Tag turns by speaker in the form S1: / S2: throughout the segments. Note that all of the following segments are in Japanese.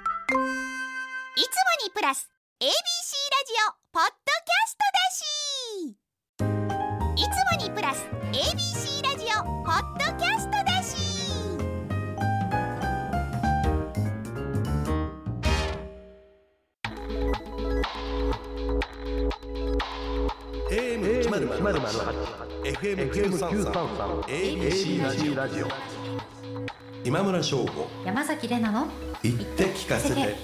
S1: いつもにプラス ABC ラジオポッドキャストだしいつもにプラス ABC ラジオポッドキャストだし
S2: まるま
S3: FM933 ABC ラジオ
S2: ジオ
S3: 今村翔吾
S4: 山崎れなの
S3: 言って聞かせて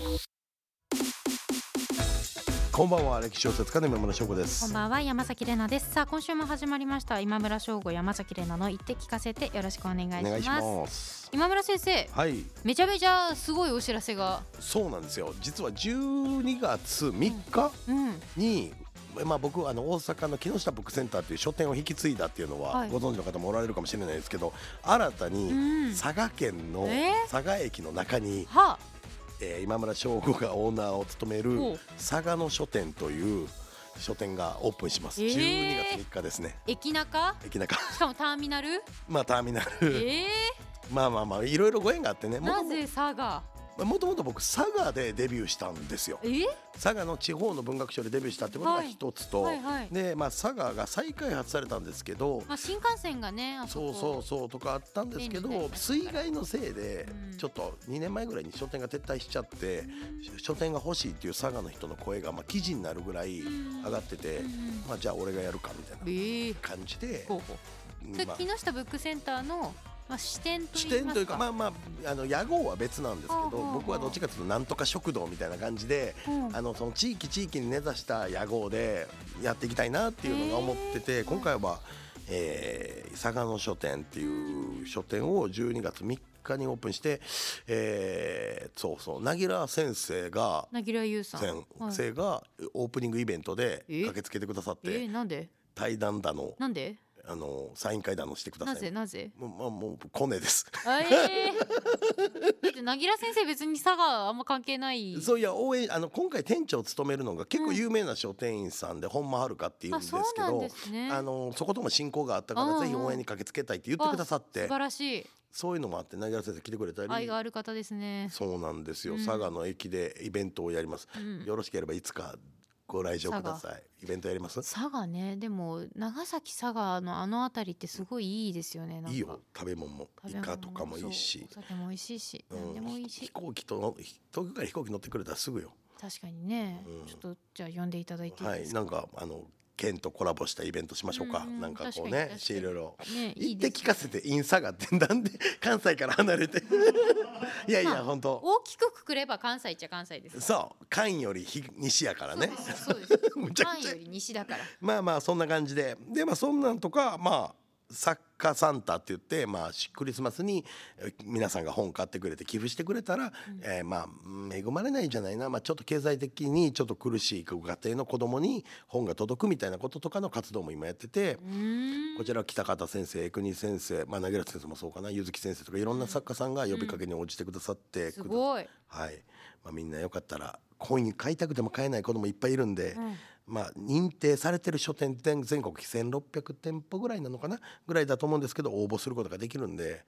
S3: こんばんは歴史小説家の今村翔吾で
S4: こん
S3: す
S4: ばんは山崎れなですさあ今週も始まりました今村翔吾山崎れなの言って聞かせてよろしくお願いし
S3: お願
S4: ま
S3: い
S4: す
S3: します
S4: 今村先生
S3: はい
S4: めちゃめちゃすごいお知らせが
S3: そうなんですよ実は12月3日
S4: うん
S3: に、まあ、僕あの大阪の木下ブックセンターという書店を引き継いだっていうのは、
S4: はい
S3: ご存知の方もおられるかもしれないですけど新た
S4: う
S3: に
S4: ん
S3: 佐賀県の
S4: えー
S3: 佐賀駅の中に、
S4: は
S3: えー今村翔吾がオーナーを務め
S4: お
S3: る佐賀の書店という書店がオープンします、
S4: えー
S3: 12月3日ですね
S4: 駅中
S3: 駅中
S4: しかもターミナル
S3: まあターミナル
S4: え
S3: まあまあまあいろいろご縁があってね
S4: ー、
S3: もと
S4: な
S3: も
S4: ぜ佐賀
S3: もともと僕佐賀でデビューしたんですよ
S4: えー、
S3: 佐賀の地方の文学賞でデビューしたってことが
S4: はい
S3: 一つと、
S4: はいはい
S3: で、まあ、佐賀が再開発されたんですけど、
S4: まあ新幹線がねあそ
S3: そ
S4: こ
S3: うそうそうとかあったんですけど
S4: 便利になりましたから
S3: 水害のせいで
S4: うん
S3: ちょっと2年前ぐらいに書店が撤退しちゃって書店が欲しいっていう佐賀の人の声がまあ記事になるぐらい
S4: うん
S3: 上がってて
S4: うんうん
S3: まあじゃあ俺がやるかみたいな
S4: えー、
S3: 感じで
S4: ほうほうそれ
S3: まあ
S4: 木下ブックセンターのまあ支店とい
S3: 視
S4: いますか
S3: 点というかまあまああの屋号は別なんですけ
S4: ほうほう
S3: ど
S4: ほう
S3: 僕はどっちかというとなんとか食堂みたいな感じで
S4: うん
S3: あのその地域地域に根ざした屋号でやっていきたいなっていうのが思ってて今回は、えー佐賀の書店っていう書店を12月3日にオープンして、えーそうそうなぎら先生が
S4: なぎらゆうさん
S3: 先
S4: はい
S3: 生がオープニングイベントで
S4: え
S3: 駆けつけてくださっ
S4: えー、
S3: て
S4: なんで
S3: 対談だの
S4: なんで
S3: あのサイン会だのしてくだ
S4: な
S3: さ
S4: ぜ
S3: い。
S4: なぜ
S3: もうまあもうコネです。
S4: あえー、だってなぎら先生別に佐賀あんま関係な い
S3: そういや応援あの今回店長を務めるのが結構
S4: うん
S3: 有名な書店員さんで、本間遥っていうん
S4: あ
S3: です
S4: そ
S3: け
S4: うなん
S3: ど
S4: ですね
S3: あのそことも親交があったか
S4: うんう
S3: ら
S4: ん
S3: ぜひ応援に駆けつけたいって言ってくださっ
S4: 素
S3: て
S4: 晴らしい
S3: そういうのもあって成原先生来てくれた
S4: 愛
S3: り
S4: がある方ですね
S3: そうなんですよ、
S4: うん
S3: 佐賀の駅でイベントをやります、
S4: うん
S3: よろしければいつかご来場くださいイベントやります
S4: 佐賀ねでも長崎佐賀のあの辺りってすごいいいですよねなんか
S3: いいよ食べ物も
S4: 食
S3: イ
S4: べ物
S3: カとかもいいし
S4: そうお酒も美味しいし、
S3: うん
S4: 何でも美味しい
S3: 飛行機と東京から飛行機乗ってくれたらすぐよ
S4: 確かにね、
S3: うん
S4: ちょっとじゃあ呼んでいただいていい
S3: は
S4: で
S3: い
S4: すか、
S3: なんかあの県とコラボしたイベントしましょうか、
S4: うんうん
S3: なんかこう
S4: 確かに確
S3: ね
S4: かに
S3: しいろいろ
S4: ねい
S3: 言
S4: い
S3: って
S4: です
S3: 聞かせてインサガってなんで 関西から離 れていやい
S4: ま
S3: や
S4: あ
S3: 本当
S4: 大きくくくれば関西っちゃ関西です
S3: そう関よりひ西やからね
S4: そうですそうで す
S3: むちゃく
S4: 関
S3: ちゃ
S4: より西だから
S3: まあまあそんな感じででまあそんなんとかまあ作家サンタって言って、まあ、しクリスマスにえ皆さんが本買ってくれて寄付してくれたら、えーまあ恵まれないんじゃないな、まあ、ちょっと経済的にちょっと苦しいご家庭の子供に本が届くみたいなこととかの活動も今やってて、
S4: うーん
S3: こちらは北方先生、江国先生、まあ、投げ先生もそうかな、柚木先生とか、いろんな作家さんが呼びかけに応じてくださって。
S4: すごい、
S3: はい、まあ、みんなよかったら、コイン買いたくても買えない子供いっぱいいるんで。
S4: うん
S3: まあ、認定されてる書店店全国1600店舗ぐらいなのかなぐらいだと思うんですけど応募することができるんで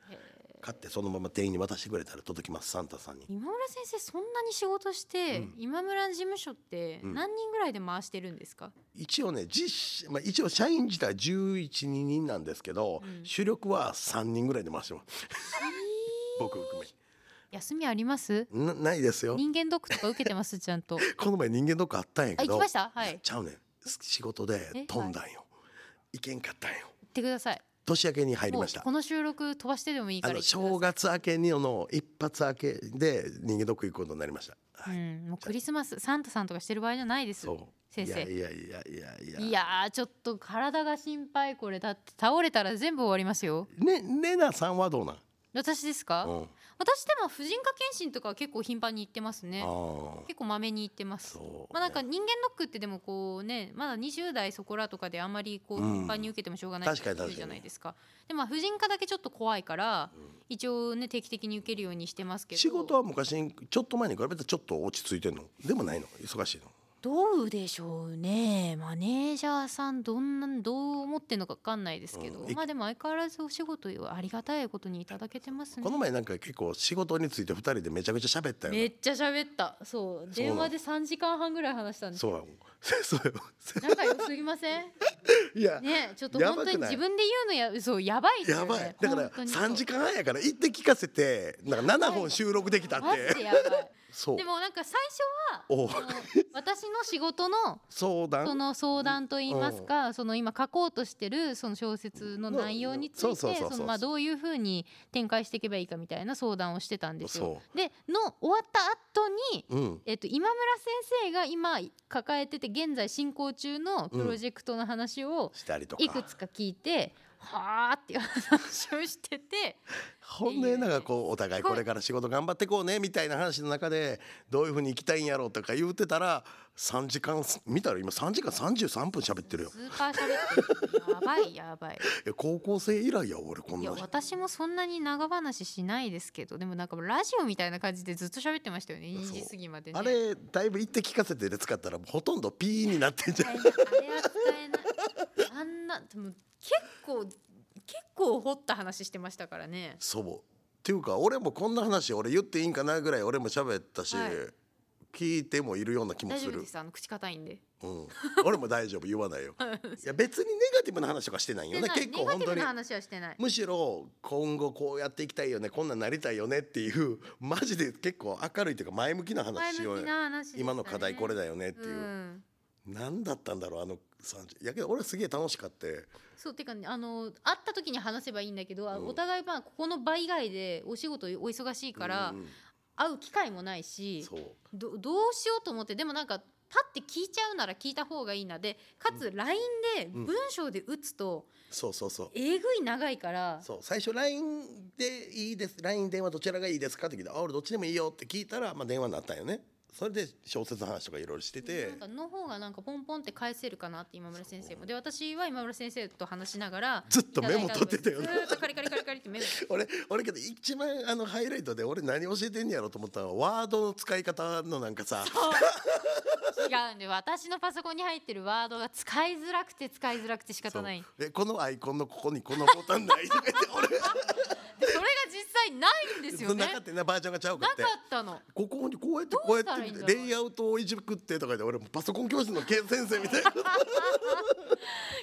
S3: 買ってそのまま店員に渡してくれたら届きますサンタさんに
S4: 今村先生そんなに仕事して、
S3: うん
S4: 今村事務所って
S3: うん
S4: 何人ぐらいで回してるんですか、
S3: 一応ね実施、まあ、一応社員自体11人なんですけど、
S4: うん
S3: 主力は3人ぐらいで回してます僕含
S4: 休みあります
S3: めなないですよ
S4: 人間ドックとか受けて ますちゃんと
S3: この前人間ドックあったんや
S4: あ
S3: け
S4: 行
S3: ど
S4: きましたはい
S3: ちゃうねん仕事で
S4: え
S3: 飛んだんよ行けんかったんよ
S4: 行ってください
S3: 年明けに入り
S4: もう
S3: ました
S4: この収録飛ばしてでもいいか
S3: あ
S4: ら行
S3: の
S4: ってくださ
S3: 正
S4: い
S3: 月明けにの一発明けで人間ドック行くことになりました、はい
S4: うん、もうクリスマスサンタさんとかしてる場合じゃないです
S3: そう
S4: 先生
S3: いやいやいやいやいや
S4: いやーちょっと体が心配これだって倒れたら全部終わりますよ
S3: ねレナさんはどうなん、
S4: 私ですか、
S3: うん、あ
S4: 私でも婦人科検診とかは結構頻繁に行ってますね
S3: あ
S4: 結構まめに行ってます
S3: そう
S4: まあなんか人間ドックってでもこうねまだ20代そこらとかであんまりこう
S3: うん
S4: 頻繁に受けてもしょうがない
S3: 確かに確かに
S4: じゃないですかでもまあ婦人科だけちょっと怖いから
S3: ん
S4: 一応ね定期的に受けるようにしてますけど
S3: 仕事は昔にちょっと前に比べたらちょっと落ち着いてんのでもないの忙しいの
S4: どうでしょうねマネージャーさんどんなどう思ってんのか分かんないですけど、
S3: うんい
S4: まあでも相変わらずお仕事をありがたいことにいただけてますね
S3: この前なんか結構仕事について二人でめちゃくちゃ喋ったよ
S4: め
S3: ね
S4: っちゃ喋ったそう電話で3時間半ぐらい話したんです
S3: そうよ そうよ
S4: 仲良すぎません
S3: いや、
S4: ねちょっと
S3: やば
S4: 本
S3: く
S4: 当
S3: ない
S4: に自分で言うのやそうやばいですよ
S3: や
S4: ね
S3: ばいだから
S4: 本当にそう
S3: 3時間半やから行って聞かせてなんか7本収録できたっ
S4: マジ
S3: て
S4: でやばい
S3: そう
S4: でもなんか最
S3: お
S4: 初はあの私の仕事の
S3: 相
S4: そ
S3: 談
S4: の相談といいますか、その今書こうとしてるその小説の内容につ
S3: うん
S4: い
S3: そうそう
S4: て
S3: そうそう
S4: そのまあどういうふうに展開していけばいいかみたいな相談をしてたんですよ
S3: そ。
S4: での終わった後に
S3: うん
S4: えっと、今村先生が今抱えてて現在進行中のプロジェクトの話を
S3: したりとか
S4: いくつか聞いて、はあっていう話をしてて
S3: ほんでなんかこうお互い
S4: すご
S3: こ
S4: い
S3: れから仕事頑張ってこうねみたいな話の中でどういうふうに行きたいんやろうとか言ってたら3時間見たら今3時間33分喋ってるよ
S4: スーパーしゃべってるやばいやばい
S3: え高校生以来や俺こん
S4: い
S3: な
S4: や
S3: い
S4: 私もそんなに長話しないですけどでもなんかラジオみたいな感じでずっと喋ってましたよね2時過ぎまでね
S3: あれだいぶ行って聞かせてで使ったらほとんどピーになってんじゃん
S4: あれは使えないあんなでも結構結構掘った話してましたからね
S3: そうっていうか俺もこんな話俺言っていいんかなぐらい俺も喋ったし、
S4: はい
S3: 聞いてもいるような気も
S4: 大
S3: す
S4: 丈夫
S3: る
S4: ですあの口硬いんで
S3: うん、俺も大丈夫言わないよいや別にネガティブな話とかしてないよ
S4: で
S3: ね
S4: ない
S3: 結構本
S4: ネガ
S3: 当
S4: ティブ
S3: に
S4: な話はしてない
S3: むしろ今後こうやっていきたいよねこんなんなりたいよねっていうマジで結構明るいというか前向きな
S4: 前
S3: 話しよう
S4: 向き
S3: よ、
S4: な話でしたね
S3: 今の課題これだよねっていうう、
S4: ん
S3: 何だったんだろうあの30やけど俺すげえ楽しかって
S4: そうてかねあの会った時に話せばいいんだけど、あ
S3: うん
S4: お互いまあここの場以外でお仕事お忙しいから、
S3: うん
S4: 会う機会もないし
S3: そう
S4: どどうしようと思ってでもなんか立って聞いちゃうなら聞いた方がいいなでかつ LINE で
S3: うん
S4: 文章で打つと
S3: そうそうそう
S4: えぐい長いから、
S3: そう最初 LINE でいいです LINE 電話どちらがいいですかって聞いて「あ俺どっちでもいいよ」って聞いたら、まあ、電話になったんよねそれで小説の話とかいろいろしてて
S4: なんかの方がなんかポンポンって返せるかなって今村先生もで私は今村先生と話しながら
S3: ずっとメモ取ってたよ
S4: ず
S3: ね
S4: ーっとカリカリカリカリってメモ
S3: 俺俺けど一番あのハイライトで俺何教えてんねやろと思ったのはワードの使い方のなんかさ
S4: 違うんで私のパソコンに入ってるワードが使いづらくて使いづらくて仕方ない
S3: そうえこのアイコンのここにこのボタン ないとか言って
S4: でそれが実際ないんですよ
S3: 俺
S4: ね
S3: なかったよなバージョンがちゃう
S4: な
S3: か
S4: か
S3: って。
S4: ったの
S3: ここにこうやって
S4: ど
S3: こう
S4: う
S3: やっ
S4: したらいいんだろう
S3: てレイアウトをいじくってとかで俺もパソコン教室のけ先生みたいな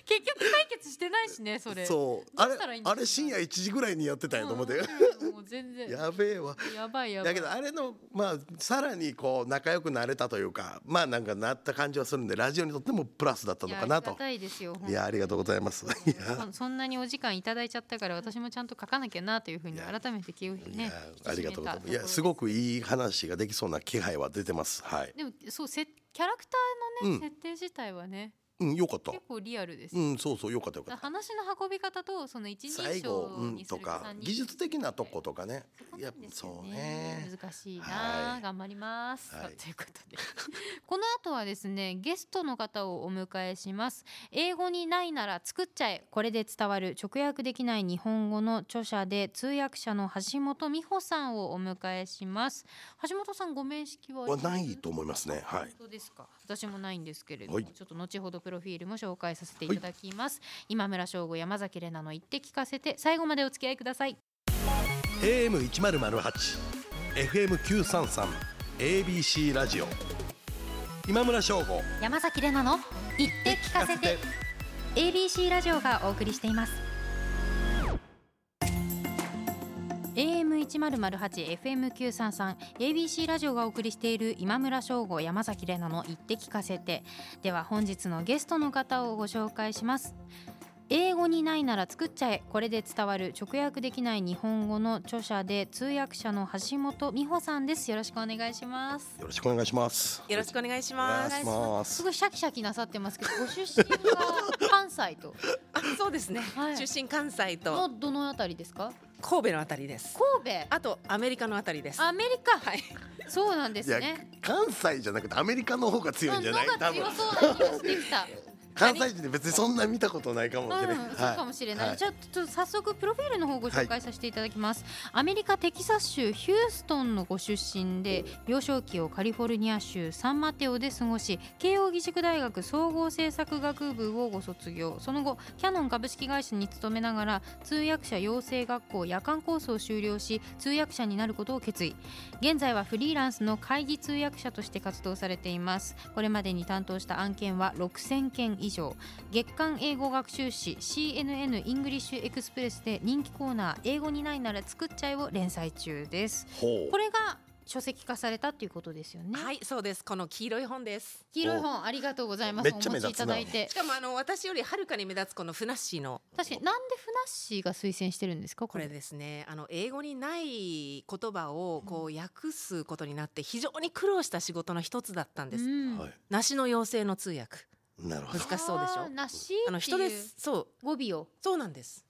S4: 結局解決してないしねそれ
S3: そう
S4: ど
S3: あ
S4: う
S3: れ
S4: したらいいんだ
S3: あ
S4: ろう
S3: れ深夜1時ぐらいにやってたんやと思って
S4: うんもう全然や
S3: やべえわ
S4: ばいやば
S3: だ
S4: い
S3: けどあれのまあさらにこう仲良くなれたというかまあなんかなった感じはするんでラジオにとってもプラスだった
S4: い
S3: の
S4: や
S3: かな
S4: あり
S3: と
S4: がたいですよ
S3: いやありがとうございますいや
S4: ほんとそそんなにお時間いただいちゃったから私もちゃんと書かなきゃなというふうに
S3: や
S4: 改めて気をね
S3: いや
S4: 引き締めた
S3: ありがとうございますい
S4: ところ
S3: や
S4: です
S3: ごくいい話ができそうな気配は出てますはい
S4: でもそうせキャラクターのね、設定自体はね
S3: うんよかった
S4: 結構リアルです
S3: う
S4: よね
S3: んそうそうよかったよか
S4: だ
S3: った
S4: 話の運び方とその一人
S3: 最後う
S4: 称
S3: ん
S4: にす
S3: と
S4: るか
S3: か
S4: 三人称
S3: 技術的なとことかねいや
S4: そうなんで
S3: そう
S4: すよ
S3: ね
S4: 難しいな、
S3: はい
S4: 頑張ります、さあ
S3: はい
S4: ということで この後はですねゲストの方をお迎えします英語にないなら作っちゃえこれで伝わる直訳できない日本語の著者で通訳者の橋本美穂さんをお迎えします橋本さんご面識は
S3: はないと思いますねはい
S4: 本当ですか私もないんですけれども、
S3: はい
S4: ちょっと後ほどプロフィールも紹介させていただきます、今村翔吾山崎怜奈の言って聞かせて最後までお付き合いください
S3: AM 一ゼロゼロ八、FM 九三三、ABC ラジオ。今村翔吾。
S4: 山崎怜奈の言って聞かせて ABC ラジオがお送りしています AM1008 FM933 ABC ラジオがお送りしている今村翔吾山崎怜奈の言って聞かせてでは本日のゲストの方をご紹介します英語にないなら作っちゃえこれで伝わる直訳できない日本語の著者で通訳者の橋本美穂さんですよろしくお願いします
S3: よろしくお願いします。
S2: よろしくお願いし
S3: お願
S2: ま
S3: い
S2: す。
S3: します
S4: すごいシャキシャキなさってますけど、 ご出身が関西と。
S2: あ、そうですね。
S4: はい
S2: 出身関西
S4: の
S2: と
S4: どのあたりですか？
S2: 神戸のあたりです。
S4: 神戸。
S2: あとアメリカのあたりです。
S4: アメリカ。
S2: はい。
S4: そうなんで
S3: いや
S4: すね。、
S3: 関西じゃなくてアメリカの方が強いんじゃない？
S4: のが強そうな気がしてきた。
S3: 関西人で別にそんな見たことないかもしれない、
S4: うん、そうかもしれない、
S3: はい
S4: じゃあちょっと早速プロフィールの方ご紹介させていただきます、アメリカテキサス州ヒューストンのご出身で幼少期をカリフォルニア州サンマテオで過ごし慶應義塾大学総合政策学部をご卒業その後キャノン株式会社に勤めながら通訳者養成学校夜間コースを修了し通訳者になることを決意現在はフリーランスの会議通訳者として活動されていますこれまでに担当した案件は6000件以上月間英語学習誌 CNN イングリッシュエクスプレスで人気コーナー英語にないなら作っちゃえを連載中です
S3: ほう
S4: これが書籍化されたということですよね、
S2: はい、そうです。この黄色い本です。
S4: 黄色い本ありがとうございま
S3: め
S4: す
S3: っちゃ
S4: お
S3: 目
S4: 持ち
S3: 立
S4: い
S3: つな
S4: ただいて
S2: しかもあの私よりはるかに目立つこのふなっしーの
S4: 確かになんでふなっしーが推薦してるんですかこ
S2: こ
S4: れ
S2: れですねあの英語にない言葉をこう訳すことになって非常に苦労した仕事の一つだったんです、
S4: うん
S3: はい、
S2: 梨の妖精の通訳
S3: なるほど
S2: 難しそうでしょ
S4: あーなっし
S2: あ
S4: ー
S2: の
S4: って
S2: 人
S4: い
S2: で
S4: う
S2: すそう
S4: 語尾を
S2: そうなんです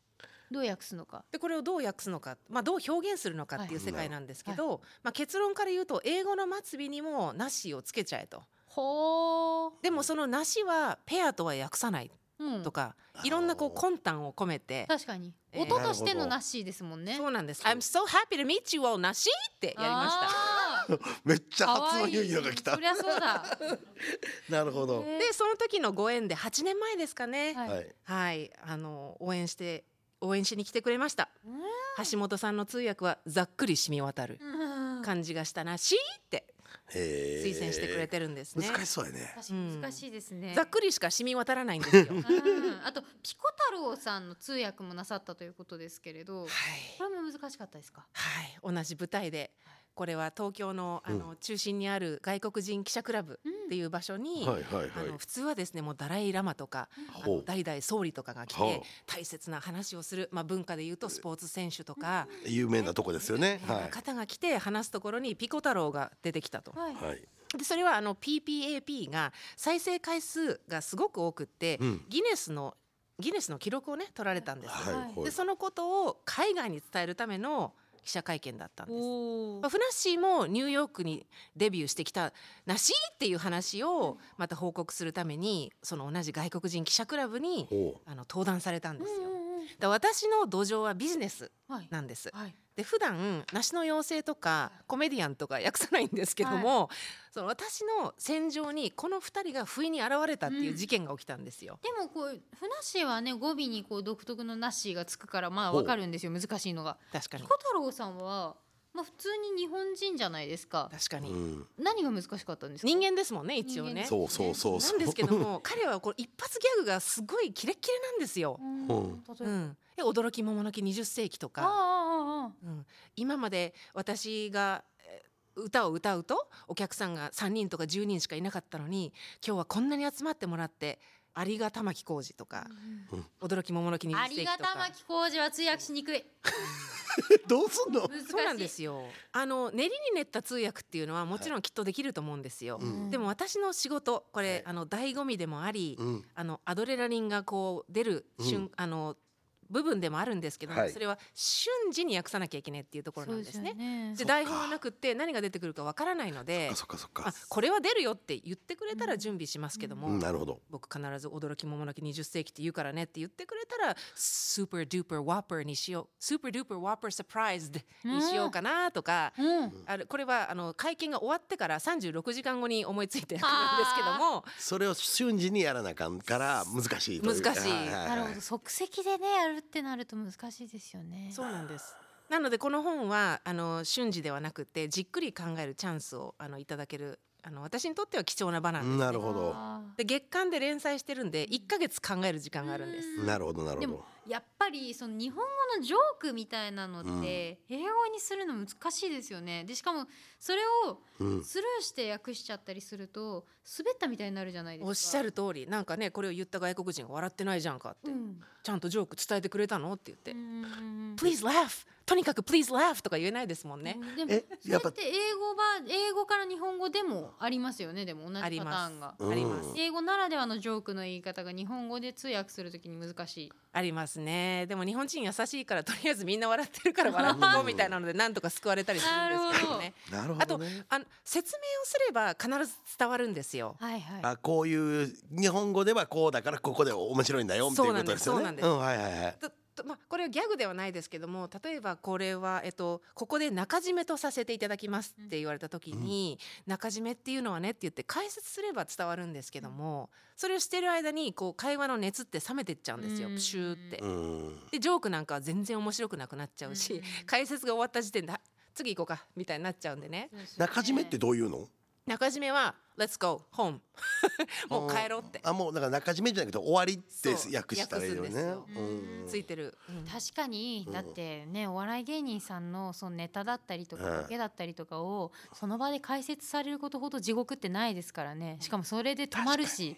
S4: どう訳すのか
S2: でこれをどう訳すのか、まあ、どう表現するのかっていう
S3: はい
S2: 世界なんですけど、まあ、結論から言うと英語の末尾にも「なし」をつけちゃえと
S4: ほー
S2: でもその「なし」はペアとは訳さない
S4: うん
S2: とか、
S3: うん
S2: いろんなこ
S3: あ
S2: う
S3: ー
S2: 魂胆を込めて、
S4: 確かに
S2: えー
S4: 音としてのなっしーですもんね
S2: そうなんです「I'm so happy to meet you all なし」ってやりました。
S4: あー
S3: めっちゃ
S4: か
S3: 初
S4: わ
S3: の
S4: いい
S3: ユイロが来た
S4: そりゃそうだ
S3: なるほど、
S4: えー
S2: で その時のご縁で8年前ですかね、
S4: はい
S3: はい
S2: はい、あの応援して応援しに来てくれました
S4: う。
S2: 橋本さんの通訳はざっくり染み渡る
S4: うん
S2: 感じがしたなしって
S3: へー
S2: 推薦してくれてるんですね。
S3: 難しそうやね
S4: 確かに難しいですね。
S2: ざっくりしか染み渡らないんですよ。はい、
S4: うんあとピコ太郎さんの通訳もなさったということですけれど、これも難しかったですか。
S2: はい、同じ舞台でこれは東京のあの中心にある外国人記者クラブっていう場所に、
S3: はいはいはい
S2: あの普通はですねもうダライ・ラマとかあ
S3: ほ
S2: の
S3: う
S2: 代々総理とかが来
S3: ほ
S2: て
S3: う
S2: 大切な話をする、まあ、文化でいうとスポーツ選手とか、
S3: 有名なとこですよねは
S2: 方が来て話すところにピコ太郎が出てきたと。
S4: はい
S3: いはい
S2: でそれはあの PPAP が再生回数がすごく多くって、
S3: うん
S2: ギネスのギネスの記録をね取られたんです。
S3: はいはい
S2: でそのことを海外に伝えるための記者会見だったんです。
S4: お
S2: まあフナッシーもニューヨークにデビューしてきたなしっていう話をまた報告するためにその同じ外国人記者クラブに
S3: ほ
S2: あの登壇されたんですよ。
S4: うん
S2: だ私の土壌はビジネス
S4: はい
S2: なんです。
S4: はい。
S2: で普段梨の妖精とかコメディアンとか訳さないんですけども、その私の戦場にこの2人が不意に現れたっていう事件が起きたんですよ。
S4: でもこうふなっしーはね語尾にこう独特のなっしーがつくからまあ
S3: ほう
S4: わかるんですよ難しいのが。
S2: 確か
S4: ピ
S2: に
S4: コ太郎さんはまあ普通に日本人じゃないですか。
S2: 確か
S3: う
S2: に、
S3: うん
S4: 何が難しかったんですか。
S2: 人間ですもんね一応
S4: 人間
S2: ね
S4: です。
S3: そうそうそう
S2: な
S3: そ
S2: ん
S3: う
S2: ですけ ども彼はこう一発ギャグがすごいキレッキレなんですよ。
S4: うん
S3: うん
S4: 例えば
S2: う。ん、え驚き桃の木20世紀と
S4: あ
S2: か
S4: あああああ。
S2: うん、今まで私がえー歌を歌うとお客さんが3人とか10人しかいなかったのに今日はこんなに集まってもらって「ありがたまきこうじ」とか「驚き桃の木に
S4: あ
S2: ス
S4: り
S2: テーキ
S4: が
S2: と
S4: たま
S2: か。
S4: き工事は通訳しにくい。
S3: どうすんの
S4: 難しい。
S2: そうなんですよあの練りに練った通訳っていうのはもちろんきっとできると思うんですよ、
S3: うん
S2: でも私の仕事これ、
S3: はい
S2: あの醍醐味でもあり、
S3: うん
S2: あのアドレナリンがこう出る瞬、
S3: うん
S2: あの部分でもあるんですけども、
S3: はい
S2: それは瞬時に訳さなきゃいけないっていうところなんですね。で
S3: そっか
S2: 台本がなくって何が出てくるかわからないので
S3: そっかそっ
S2: あ
S3: か
S2: これは出るよって言ってくれたら準備しますけども、
S3: うんなるほど
S2: 僕必ず「驚きももなき20世紀って言うからね」って言ってくれたら「スーパードゥーパーワッパー」にしよう「スーパードゥーパーワッパーサプライズ」にしようかなとか。
S4: うん。
S2: あれこれはあの会見が終わってから36時間後に思いついたやつなんですけども
S3: それを瞬時にやらなあかんから難しいとう
S2: 難しい
S3: ははは
S4: なるほど即席でねやるってなると難しいですよね。
S2: そうなんです。なのでこの本はあの瞬時ではなくてじっくり考えるチャンスをあのいただけるあの私にとっては貴重な場なんです、ね。
S3: なるほど
S4: あ
S2: で月間で連載してるんで1ヶ月考える時間があるんです。
S4: うん
S3: なるほどなるほ
S4: で
S3: ど
S4: もーやっぱりその日本語のジョークみたいなのって英語にするの難しいですよね。でしかもそれを
S3: うん
S4: スルーして訳しちゃったりすると滑ったみたいになるじゃないですか。
S2: おっしゃる通りなんかねこれを言った外国人が笑ってないじゃんかって、
S4: うん。
S2: ちゃんとジョーク伝えてくれたのって言って、
S4: うん
S2: Please laugh とにかく please laugh とか言えないですもんね。
S4: でも
S3: え
S4: それ
S3: やっ
S4: っ
S3: ぱ
S4: て英語は英語から日本語でもありますよねでも同じパ
S2: あ
S4: タ
S2: ります
S4: ーンが
S3: うん
S2: あります。
S4: 英語ならではのジョークの言い方が日本語で通訳するときに難しい
S2: ありますね。でも日本人優しいからとりあえずみんな笑ってるから笑っとこうみたいなのでなんとか救われたりするんですけどね。
S3: なるほ
S2: あ
S3: ど
S2: と
S3: ね
S2: あの説明をすれば必ず伝わるんですよ。
S4: はいはい
S3: あこういう日本語ではこうだからここで面白いんだよっていうことですよね
S2: そうなんですそう
S3: はいはいはい
S2: ととまあ、これはギャグではないですけども例えばこれは、えっと、ここで中締めとさせていただきますって言われた時に、中締めっていうのはねって言って解説すれば伝わるんですけども、それをしてる間にこう会話の熱って冷めてっちゃうんですよ、
S4: うん
S2: シューって
S3: う。ん
S2: でジョークなんかは全然面白くなくなっちゃうし、
S4: うん
S2: 解説が終わった時点であ次行こうかみたいになっちゃうんでね
S3: 中締めってどういうの
S2: 中締めは「Let's go home 」 もう帰ろうって
S3: あもうだから中締めじゃなくて終わりって
S2: そう
S3: 訳したらいいよ
S2: 訳
S3: ね
S2: すんですよ
S3: うん
S2: ついてる。うん
S4: 確かに
S3: うん
S4: だってねお笑い芸人さんのそのネタだったりと
S3: う
S4: か
S3: ん
S4: ボケだったりとかをその場で解説されることほど地獄ってないですからねしかもそれで止まるし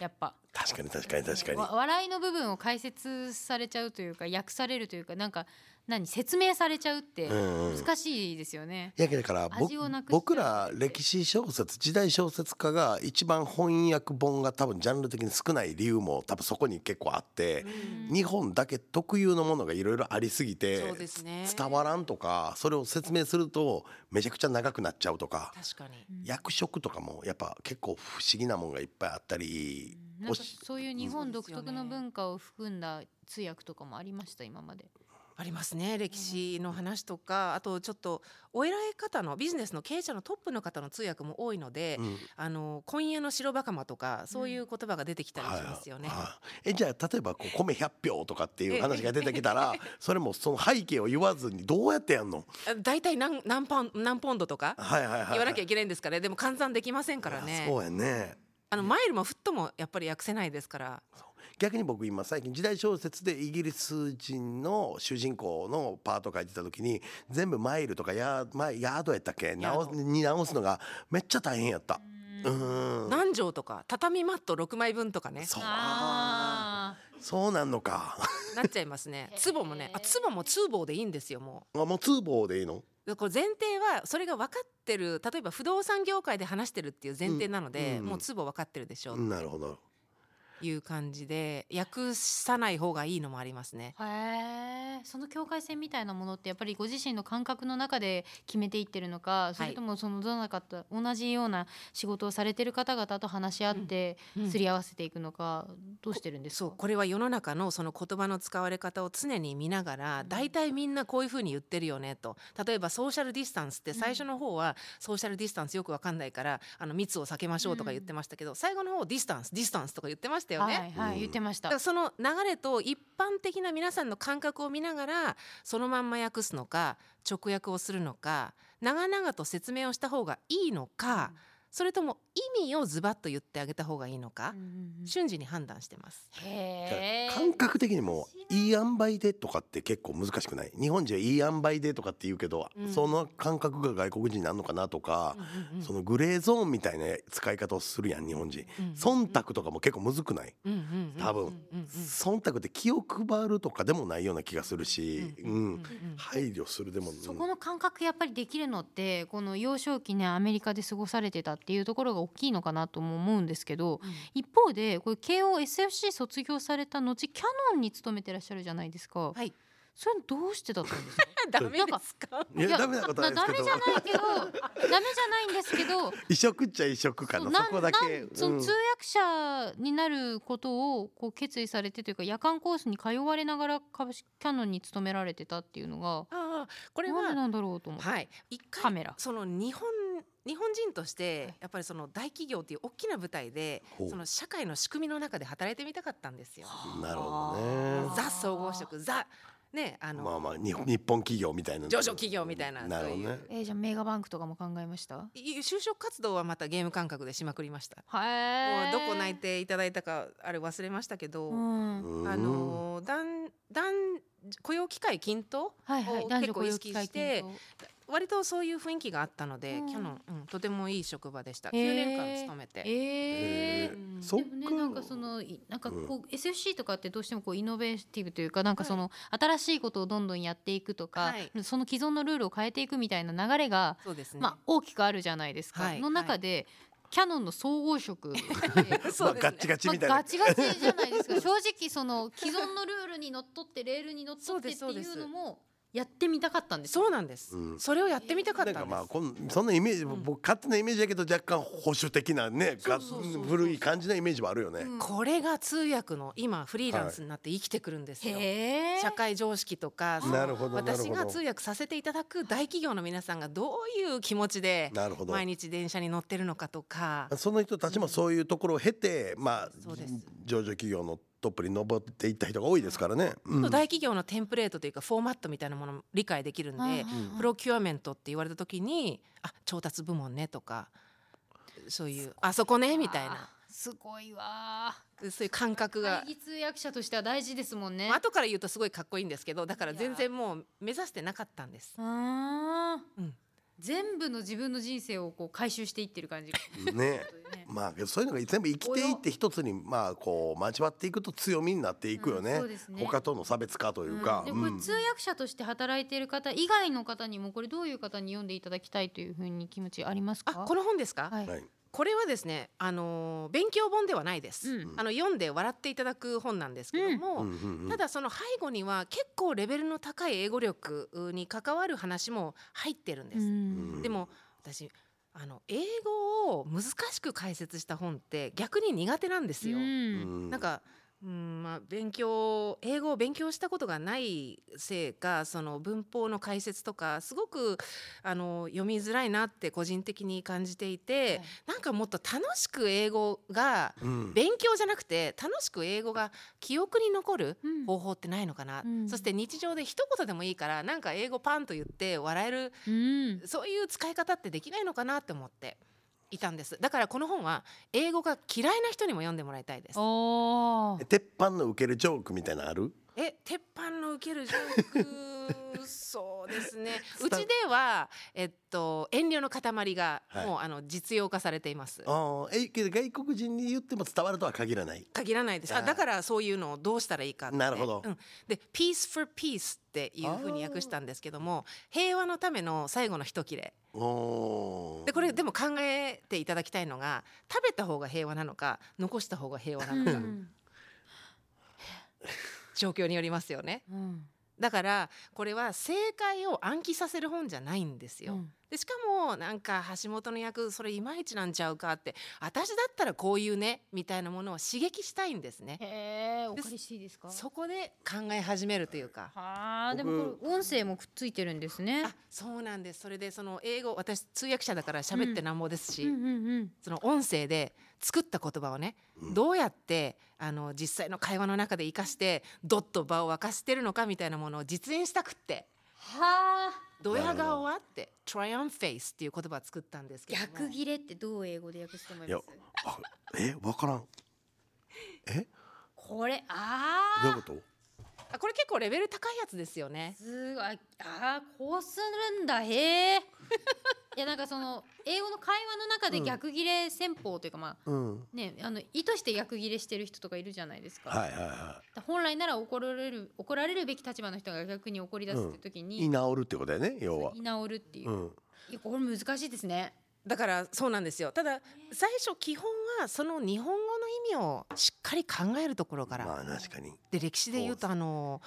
S4: やっぱ
S3: 確かに確かに確かに
S4: わ笑いの部分を解説されちゃうというか訳されるというかなんか何説明されちゃうって
S3: うんうん
S4: 難しいですよね。
S3: いやだから僕
S4: 味をなくしちゃう
S3: 僕ら歴史小説時代小説家が一番翻訳本が多分ジャンル的に少ない理由も多分そこに結構あって、
S4: ん
S3: 日本だけ特有のものがいろいろありすぎて
S2: そうですね
S3: つ伝わらんとかそれを説明するとめちゃくちゃ長くなっちゃうとか
S2: 確かに
S3: 役職とかもやっぱ結構不思議なもんがいっぱいあったり
S4: うんなん
S3: お
S4: か
S3: し
S4: そういう日本独
S2: そう
S4: 特
S2: ですよ
S4: の
S2: ね
S4: 文化を含んだ通訳とかもありました今まで。
S2: ありますね歴史の話とかあとちょっとお偉い方のビジネスの経営者のトップの方の通訳も多いので、
S3: うん
S2: あの今夜の白バカマとかそういう言葉が出てきたりしますよね。
S3: はいはいえじゃあ例えばこう米100票とかっていう話が出てきたらそれもその背景を言わずにどうやってやんの
S2: あ大体何何パン何ポンドとか
S3: はいはいはいはい
S2: 言わなきゃいけないんですからねでも換算できませんから
S3: いや
S2: ね
S3: そうやね
S2: あのマイルもフットもやっぱり訳せないですから
S3: 逆に僕今最近時代小説でイギリス人の主人公のパート書いてた時に全部マイルとかヤーマイヤードやったっけ直すに直すのがめっちゃ大変やった。うーん
S2: 何畳とか畳マット6枚分とかね
S3: そう
S4: あー
S3: そうなんのか。
S2: なっちゃいますね壺もねあ壺も通房でいいんですよもう。
S3: あもう通報でいいの
S2: でこれ前提はそれが分かってる例えば不動産業界で話してるっていう前提なので、
S3: うん
S2: もうツボ分かってるでしょ
S3: うんなるほど。
S2: ういう感じで訳さない方がいいのもありますね。
S4: へえその境界線みたいなものってやっぱりご自身の感覚の中で決めていってるのかそれともそのどなかった同じような仕事をされてる方々と話し合って
S2: うん
S4: すり合わせていくのかどうしてるんです
S2: そう
S4: か
S2: これは世の中のその言葉の使われ方を常に見ながら大体みんなこういうふうに言ってるよねと例えばソーシャルディスタンスって最初の方はソーシャルディスタンスよく分かんないからあの密を避けましょうとか言ってましたけど、最後の方ディスタンスディスタンスとか言ってましたよね。
S4: はいはい、
S3: うん
S4: 言ってまし
S2: だ
S4: た
S2: からその流れと一般的な皆さんの感覚を見ながらそのまんま訳すのか直訳をするのか長々と説明をした方がいいのか、それとも意味をズバッと言ってあげた方がいいのか
S4: うん、うんうん
S2: 瞬時に判断してます。
S4: へえ
S3: 感覚的にもいい塩梅でとかって結構難しくない。日本人はいい塩梅でとかって言うけど、
S2: うん
S3: その感覚が外国人なんのかなとか、
S2: うんうん
S3: そのグレーゾーンみたいな使い方をするやん日本人。
S2: うん
S3: 忖度とかも結構むずくない。
S2: うんうんうんうん
S3: 多分
S2: うんうん
S3: 忖度って気を配るとかでもないような気がするし、う
S2: うんうん
S3: ん、
S2: うん
S3: 配慮するでも、
S4: そこの感覚やっぱりできるのってこの幼少期ねアメリカで過ごされてたっていうところが大きいのかなとも思うんですけど、
S2: うん
S4: 一方でこれ KOSFC 卒業された後キャノンに勤めてらっしゃるじゃないですか、
S2: はい。
S4: それどうしてだったんですか
S2: ダメですか。
S3: うん、いやダメなことはないですけ
S4: ダメ
S3: ど
S4: じゃないけど ダメじゃないんですけど
S3: 異色っちゃ異色か
S4: そう
S3: なそこだけ、
S4: なんその
S3: うん
S4: 通訳者になることをこう決意されてというか夜間コースに通われながら株式キャノンに勤められてたっていうのが
S2: ああこれ
S4: なんで
S2: は
S4: なんだろうと思って、
S2: はい一
S4: カ
S2: 回
S4: メラ。
S2: その日本日本人としてやっぱりその大企業っていう大きな舞台で
S3: ほう
S2: その社会の仕組みの中で働いてみたかったんですよ。
S3: なるほ
S4: あ
S3: ど
S4: ー
S3: ね
S2: ザ総合職ザねあの、
S3: まあまあ日本日本企業みたいな
S2: 上場企業みたいな
S3: なるほど
S2: そうい
S3: ね
S2: う
S4: えーじゃあメガバンクとかも考えました
S2: い就職活動はまたゲーム感覚でしまくりました。
S4: は
S2: も
S4: いう
S2: どこ泣いていただいたかあれ忘れましたけど、
S4: うん、
S3: うん
S2: あの男男雇用機会均等
S4: はいはい
S2: を
S4: 男
S2: 結
S4: 女
S2: 構
S4: 雇
S2: 意
S4: 用
S2: 識
S4: 機会
S2: して
S4: 均等
S2: 割とそういう雰囲気があったの
S4: う
S2: で、
S4: ん
S2: キャノン、うん、とてもいい職場でした
S4: へー
S2: 9年間勤めて、
S4: え
S3: え
S4: え
S2: うん
S3: そっ
S4: で
S3: か
S4: もねなんかそのいなんかこう、SFC とかってどうしてもこうイノベーティブというかなんかその、新しいことをどんどんやっていくとか、
S2: はい
S4: その既存のルールを変えていくみたいな流れが、
S2: そうですね、
S4: まあ大きくあるじゃないですか。
S2: はい
S4: の中で、キャノンの総合職って
S2: そうですね
S3: ガッチガチ
S4: まあ
S3: みたいな、
S4: ガチガチじゃないですか正直その既存のルールにのっとってレールにのっとってって
S2: そうで
S4: い
S2: すそ
S4: う
S2: うで
S4: の
S2: す
S4: もやってみたかったんですよ
S2: そうなんです、
S3: うん
S2: それをやってみたかったん
S3: な
S2: で
S3: ん
S2: す
S3: かまあこんそんなイメージ、
S2: うん
S3: 僕勝手なイメージだけど若干保守的なね
S2: そうそうそうそう
S3: が古い感じなイメージもあるよね、
S4: うん
S2: これが通訳の今フリーランスになって生きてくるんですよ、
S4: へえ
S2: 社会常識とかその
S3: なるほどなる
S2: 私
S3: ほ
S2: が
S3: ど
S2: 通訳させていただく大企業の皆さんがどういう気持ちで
S3: なるほど
S2: 毎日電車に乗ってるのかとか
S3: その人たちもそういうところを経て、まあ
S2: そうです
S3: 上場企業のトップに上っていった人が多いですからね、うん
S2: 大企業のテンプレートというかフォーマットみたいなものも理解できるんで
S3: うん
S2: プロキュアメントって言われた時にあ調達部門ねとかそういうあそこねみたいな
S4: すごいわ
S2: そういう感覚が
S4: 会議通訳者としては大事ですもんね
S2: まあ後から言うとすごいかっこいいんですけどだから全然もう目指してなかったんです
S4: あー
S2: うん
S4: 全部の自分の人生をこう回収していってる感じ、
S3: ね
S4: ね
S3: まあそういうのが全部生きていって一つにまあこう交わっていくと強みになっていくよね,、
S4: うんそうですね
S3: 他との差別化というか、
S4: で
S3: うん
S4: これ通訳者として働いている方以外の方にもこれどういう方に読んでいただきたいというふうに気持ちあります
S2: あ
S4: か
S2: この本ですか、
S4: はい、
S3: はい
S2: これはですねあのー勉強本ではないです、
S4: うん
S2: あの読んで笑っていただく本なんですけど
S3: う
S2: も、
S3: んうんうん
S2: ただその背後には結構レベルの高い英語力に関わる話も入ってるんです、
S3: うん
S2: でも私あの英語を難しく解説した本って逆に苦手なんですよ、
S4: うん
S3: う
S2: なんかうんまあ、勉強英語を勉強したことがないせいかその文法の解説とかすごくあの読みづらいなって個人的に感じてい
S4: は
S2: て、
S4: い
S2: なんかもっと楽しく英語が
S3: うん
S2: 勉強じゃなくて楽しく英語が記憶に残る
S4: うん
S2: 方法ってないのかな、
S4: うん
S2: そして日常で一言でもいいからなんか英語パンと言って笑える
S4: うん
S2: そういう使い方ってできないのかなって思っていたんですだからこの本は英語が嫌いな人にも読んでもらいたいです
S4: おー
S3: 鉄板の受けるジョークみたいなのある
S2: え鉄板の受けるジョークそうですね うちではえっと遠慮の塊が
S3: はい
S2: もう、あの実用化されています
S3: ああ、え、けど外国人に言っても伝わるとは限らない。
S2: 限らないです
S3: あ
S2: あ
S3: ー
S2: だからそういうのをどうしたらいいかって
S3: なるほど
S2: うん、で「peace for peace」っていうふうに訳したんですけども平和のための最後の一切れ
S3: おお。
S2: でこれでも考えていただきたいのが食べた方が平和なのか残した方が平和な
S4: う
S2: のか
S4: ん
S2: 状況によりますよね
S4: うん
S2: だからこれは正解を暗記させる本じゃないんですよ。でしかもなんか橋本の役それいまいちなんちゃうかって私だったらこういうねみたいなものを刺激したいんですね。
S4: へえお借りしていいですか
S2: そこで考え始めるというか。
S4: はあでもこれ音声もくっついてるんですね
S2: あそうなんですそれでその英語私通訳者だから喋ってなんぼですし、
S4: うんうんうん
S2: その音声で作った言葉をね、
S3: うん
S2: どうやってあの実際の会話の中で活かしてドッと場を沸かしてるのかみたいなものを実演したくって
S4: はあ
S2: 「ドヤ顔は?」って「トライアンフェイス」っていう言葉を作ったんですけども
S4: 逆切れってどう英語で訳すと思い
S3: いや
S4: ます、
S3: あえ、わからん。え、
S4: こ
S3: ど
S4: れ
S3: うい
S4: あ
S3: うこ
S4: あ
S3: と。
S2: あこれ結構レベル高いやつですよね。
S4: すごいああーこうするんだ へえいやなんかその英語の会話の中で逆切れ戦法というかまあ
S3: うん。
S4: ね、あの意図して逆切れしてる人とかいるじゃないですか,、
S3: はいはいは
S4: 本来なら怒られる怒られるべき立場の人が逆に怒り出すって時
S3: い。居
S4: に、
S3: 直るってことだよね、要は
S4: 居。直るっていう、
S3: う
S4: い
S3: ん。
S4: やこれ難しいですね
S2: だからそうなんですよただ最初基本はその日本語の意味をしっかり考えるところから、
S3: まあ、確かに。
S2: で歴史で言うとあの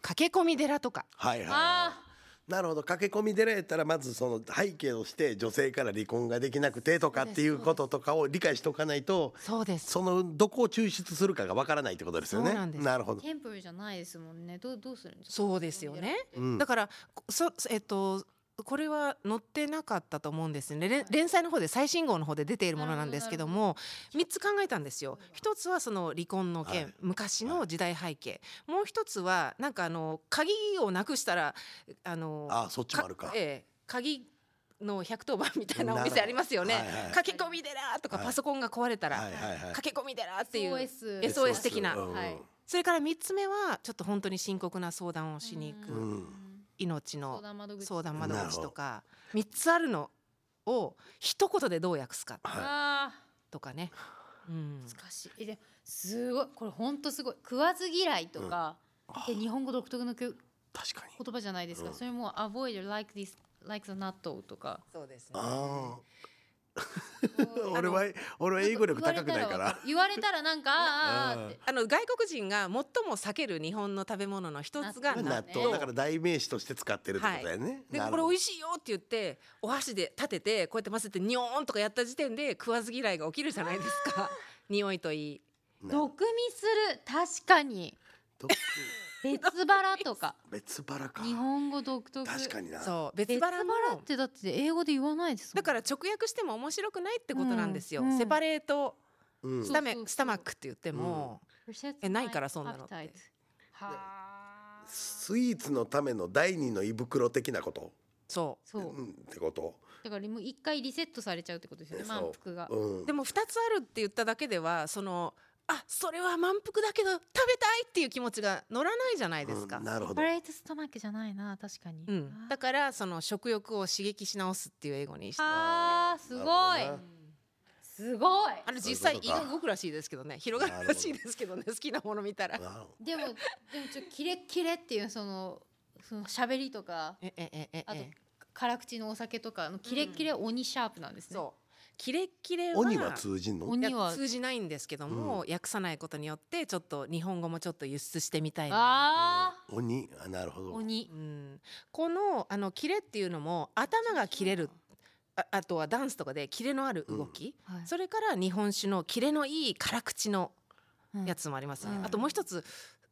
S2: 駆け込み寺とか
S3: はいはいは
S4: あ
S3: い。なるほど、駆け込み出られたら、まずその背景をして、女性から離婚ができなくてとかっていうこととかを理解しておかないと。
S2: そうです
S3: そのどこを抽出するかがわからないってことですよね。
S2: そうなんです
S3: るほど。
S4: テンプルじゃないですもんねどうどうするんですか
S2: そうですよね、
S3: うん
S2: だ。からこそえっとこれは載ってなかったと思うんですねれん連載の方で最新号の方で出ているものなんですけども3つ考えたんですよ一つはその離婚の件、
S3: はい
S2: 昔の時代背景もう一つはなんかあの鍵をなくしたらあの
S3: あ、そっちもあるか。
S2: ええ鍵の110番みたいなお
S3: なるほ
S2: 店
S3: ど
S2: ありますよね、
S3: はいはい
S2: 駆け込み寺とか
S3: はい
S2: パソコンが壊れたら、
S3: はいはいはい。
S2: 駆け込み寺っていう
S4: SOS
S2: SOS 的な
S3: うん
S4: はい
S2: それから3つ目はちょっと本当に深刻な相談をしに行く、
S3: うん
S2: 命の
S4: 相談窓口
S2: 相談窓口とか3つあるのを一言でどう訳すか
S3: はい
S4: あ
S2: とかね、うん
S4: ー、難しいえでもすごいこれ本当すごい食わず嫌いとか、で日本語独特のきゅ
S3: 確かに
S4: 言葉じゃないですか、
S3: うん
S4: それも「avoid like this like the 納豆」とか
S2: そうですね
S3: ああ
S4: こう
S3: 俺は 俺は英語力
S4: 言わ
S3: 高く
S4: れた
S3: ない
S4: ら
S3: か
S4: わ
S3: ら
S4: る言われたらなんかあーあーって
S2: あの外国人が最も避ける日本の食べ物の一つが
S4: る
S2: 納
S3: 納
S4: 納
S2: 豆
S3: 豆だから代名詞として使ってるってことだよね、
S2: で
S3: な
S2: こ
S3: る
S2: れ
S3: ほ
S2: 美
S3: ど
S2: 味しいよって言ってお箸で立ててこうやって混ぜてニョーンとかやった時点で食わず嫌いが起きるじゃないですか匂いといい
S3: なるほど
S4: 毒味する確かに
S3: 毒
S4: 別腹とか
S3: 別腹か
S4: 日本語独特
S3: 確かにな
S2: そう
S4: 別
S2: 別
S4: 腹
S2: 腹も
S4: ってだって英語で言わないですも
S2: だ
S4: ん
S2: から直訳しても面白くないってことなんですよ、
S4: うんうん
S2: セパレート
S3: うん
S2: スタメ
S4: そうそうそう
S2: スタマックって言っても、えないからそんなのって
S4: Appetite はあ
S3: スイーツのための第二の胃袋的なこと、
S2: そ
S4: そう
S3: うん、ってこと、
S4: だからもう一回リセットされちゃうってことですよね
S3: そう
S4: 満腹が
S3: うん
S2: うでも2つあるって言っただけではそのあそれは満腹だけど食べたいっていう気持ちが乗らないじゃないですか、
S3: うんなるほど
S4: セパレートストマックじゃないな確かに
S2: うん、
S4: あ
S2: だからその食欲を刺激し直すっていう英語にして
S4: あーすご
S3: なるほ
S4: い
S3: どな
S4: すごい
S2: あの
S3: そういう
S2: 実
S3: ことか
S2: 際胃が動くらしいですけどね広がるらしいですけどね好きなもの見たら
S3: なるほ
S4: でもでもちょっとキレッキレっていうそのその喋りとか
S2: ええええ
S4: あと
S2: え
S4: 辛口のお酒とかのキレッキレ鬼シャープなんですね
S2: そうキレッキレ
S3: ど
S2: は
S3: 鬼は通じんの
S4: 鬼
S2: いや
S4: は
S2: 通じないんですけども、訳さないことによってちょっと日本語もちょっと輸出してみたい
S4: あ
S2: な
S3: 鬼あなるほ
S4: ー
S3: ど
S4: 鬼
S2: うん、このあのキレっていうのも頭が切れるああとはダンスとかでキレのある動き、
S4: はい
S2: それから日本酒のキレのいい辛口の
S4: うん
S2: やつもありますよね、
S4: うん
S2: あともう一つ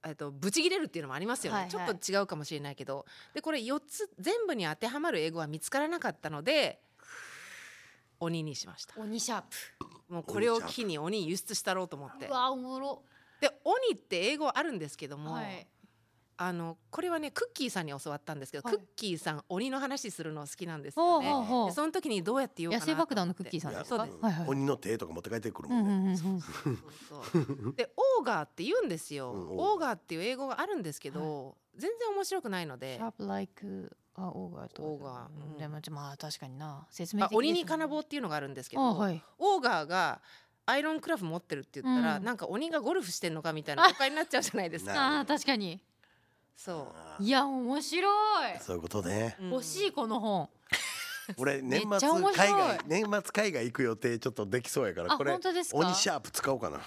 S2: えっとブチ切れるっていうのもありますよね、
S4: はいはい
S2: ちょっと違うかもしれないけどでこれ4つ全部に当てはまる英語は見つからなかったので鬼にしました
S4: 鬼シャー
S2: もうこれを機に鬼輸出したろうと思って
S4: プうわおもろ
S2: で鬼って英語あるんですけども、
S4: はい
S2: あのこれはねクッキーさんに教わったんですけど、
S4: はい
S2: クッキーさん鬼の話するの好きなんです
S4: ほ
S2: よ
S4: う
S2: ね。
S4: ほうほ
S2: で
S4: う
S2: その時にどうやって言おう
S4: 野
S2: かな
S4: 生爆
S2: と
S4: 弾
S2: 思
S4: の
S2: って
S4: クッキーさんです
S2: そ
S4: か
S2: うです
S4: はいはい
S3: 鬼の手とか持って帰ってくる
S4: う
S3: も
S4: ん
S3: んね
S4: うんうんうん
S2: そうそうでオーガーって言うんですよ、
S3: うん
S2: オーガーっていう英語があるんですけど、全然面白くないので
S4: シャープライクあオーガーとか
S2: オーガーうん
S4: でもまあ確かにな説明
S2: あ
S4: 的
S2: 鬼
S4: です
S2: に
S4: もんね
S2: 金棒っていうのがあるんですけど、
S4: あはい
S2: オーガーがアイロンクラフ持ってるって言ったら、
S4: うん
S2: なんか鬼がゴルフしてんのかみたいな誤解になっちゃうじゃないです
S3: な
S2: か
S3: るほど
S4: あー確かに
S2: そ
S3: あ
S4: いや面白い
S3: ーそういうことね
S2: う、うん
S4: 欲しいこの本
S3: 俺年
S4: めっち
S3: 末
S4: ゃ面白い
S3: 海外年末海外行く予定ちょっとできそうやから
S4: あ
S3: これ
S4: 本当ですか
S3: 鬼シャープ使おうかな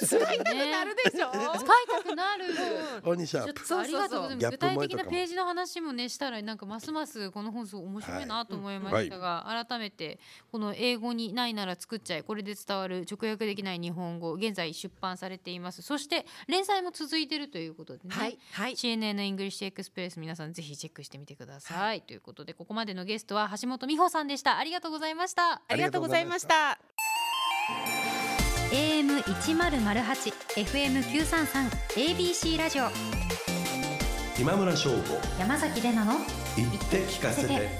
S4: 使いたく
S2: なるでしょ
S4: 使いたくなる
S3: 鬼シ
S4: ち
S3: ャ
S4: ょ
S3: ー
S4: っ
S3: プ
S4: とありがとう
S3: そうそうそう
S4: ございます具体
S3: ギャップ萌え
S4: 的
S3: とか
S4: な
S3: も
S4: ページの話もねしたらなんかますますこの本すごい面白いなと思いましたが、改めてこの英語にないなら作っちゃえこれで伝わる直訳できない日本語現在出版されていますそして連載も続いてるということでね、
S2: はいはい
S4: CNN イングリッシュエクスプレス皆さんぜひチェックしてみてください、ということでここまでのゲストは橋本美穂さんでしたありがとうございました
S2: ありがとうございました。
S4: AM 一ゼロゼ八 FM 九三三 ABC ラジオ
S3: 今村翔吾
S4: 山崎れなの
S3: 言って聞かせて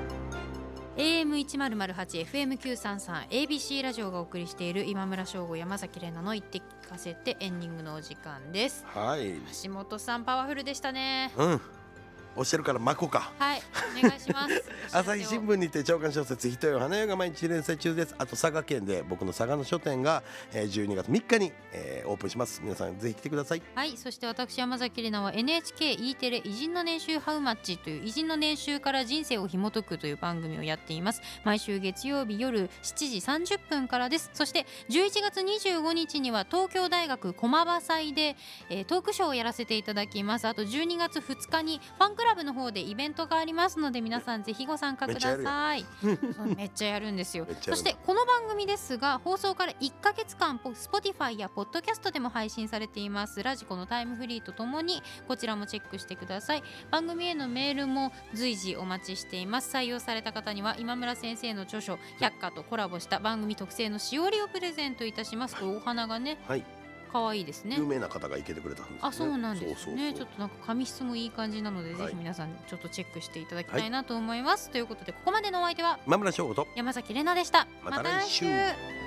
S4: ？AM 一ゼロゼ八 FM 九三三 ABC ラジオがお送りしている今村翔吾山崎れなの言って聞かせてエンディングのお時間です。
S3: はい
S4: 橋本さんパワフルでしたね。
S3: うんおっしゃるからまこか
S4: はいお願いし ます。
S3: 朝日新聞にて長官小説「ひとよ花よ」が毎日連載中ですあと佐賀県で僕の佐賀の書店がえー12月3日にえーオープンします皆さんぜひ来てください
S4: はい、そして私山崎怜奈は NHKE テレ「偉人の年収ハウマッチ」という偉人の年収から人生を紐解くという番組をやっています毎週月曜日夜7時30分からですそして11月25日には東京大学駒場祭で、えートークショーをやらせていただきますあと12月2日にファンクラブの方でイベントがありますので皆さんぜひご参加くださいうんめっちゃやるんですよ
S3: めっちゃ
S4: そ
S3: やる
S4: してこの番組ですが放送から1ヶ月間ポ Spotify やポッドキャストでも配信されていますラジコのタイムフリーとともにこちらもチェックしてください番組へのメールも随時お待ちしています採用された方には今村先生の著書「百科」とコラボした番組特製のしおりをプレゼントいたしますお花がね
S3: はい
S4: 可愛いですね
S3: 有名な方が行けてくれたんですね
S4: あそうなんです
S3: そうそう
S4: ね
S3: そう
S4: ちょっとなんか紙質もいい感じなので、
S3: はい
S4: ぜひ皆さんちょっとチェックしていただきたいなと思います、ということでここまでのお相手は
S3: 今村翔吾と
S4: 山崎れなでした
S3: また来週
S4: また来週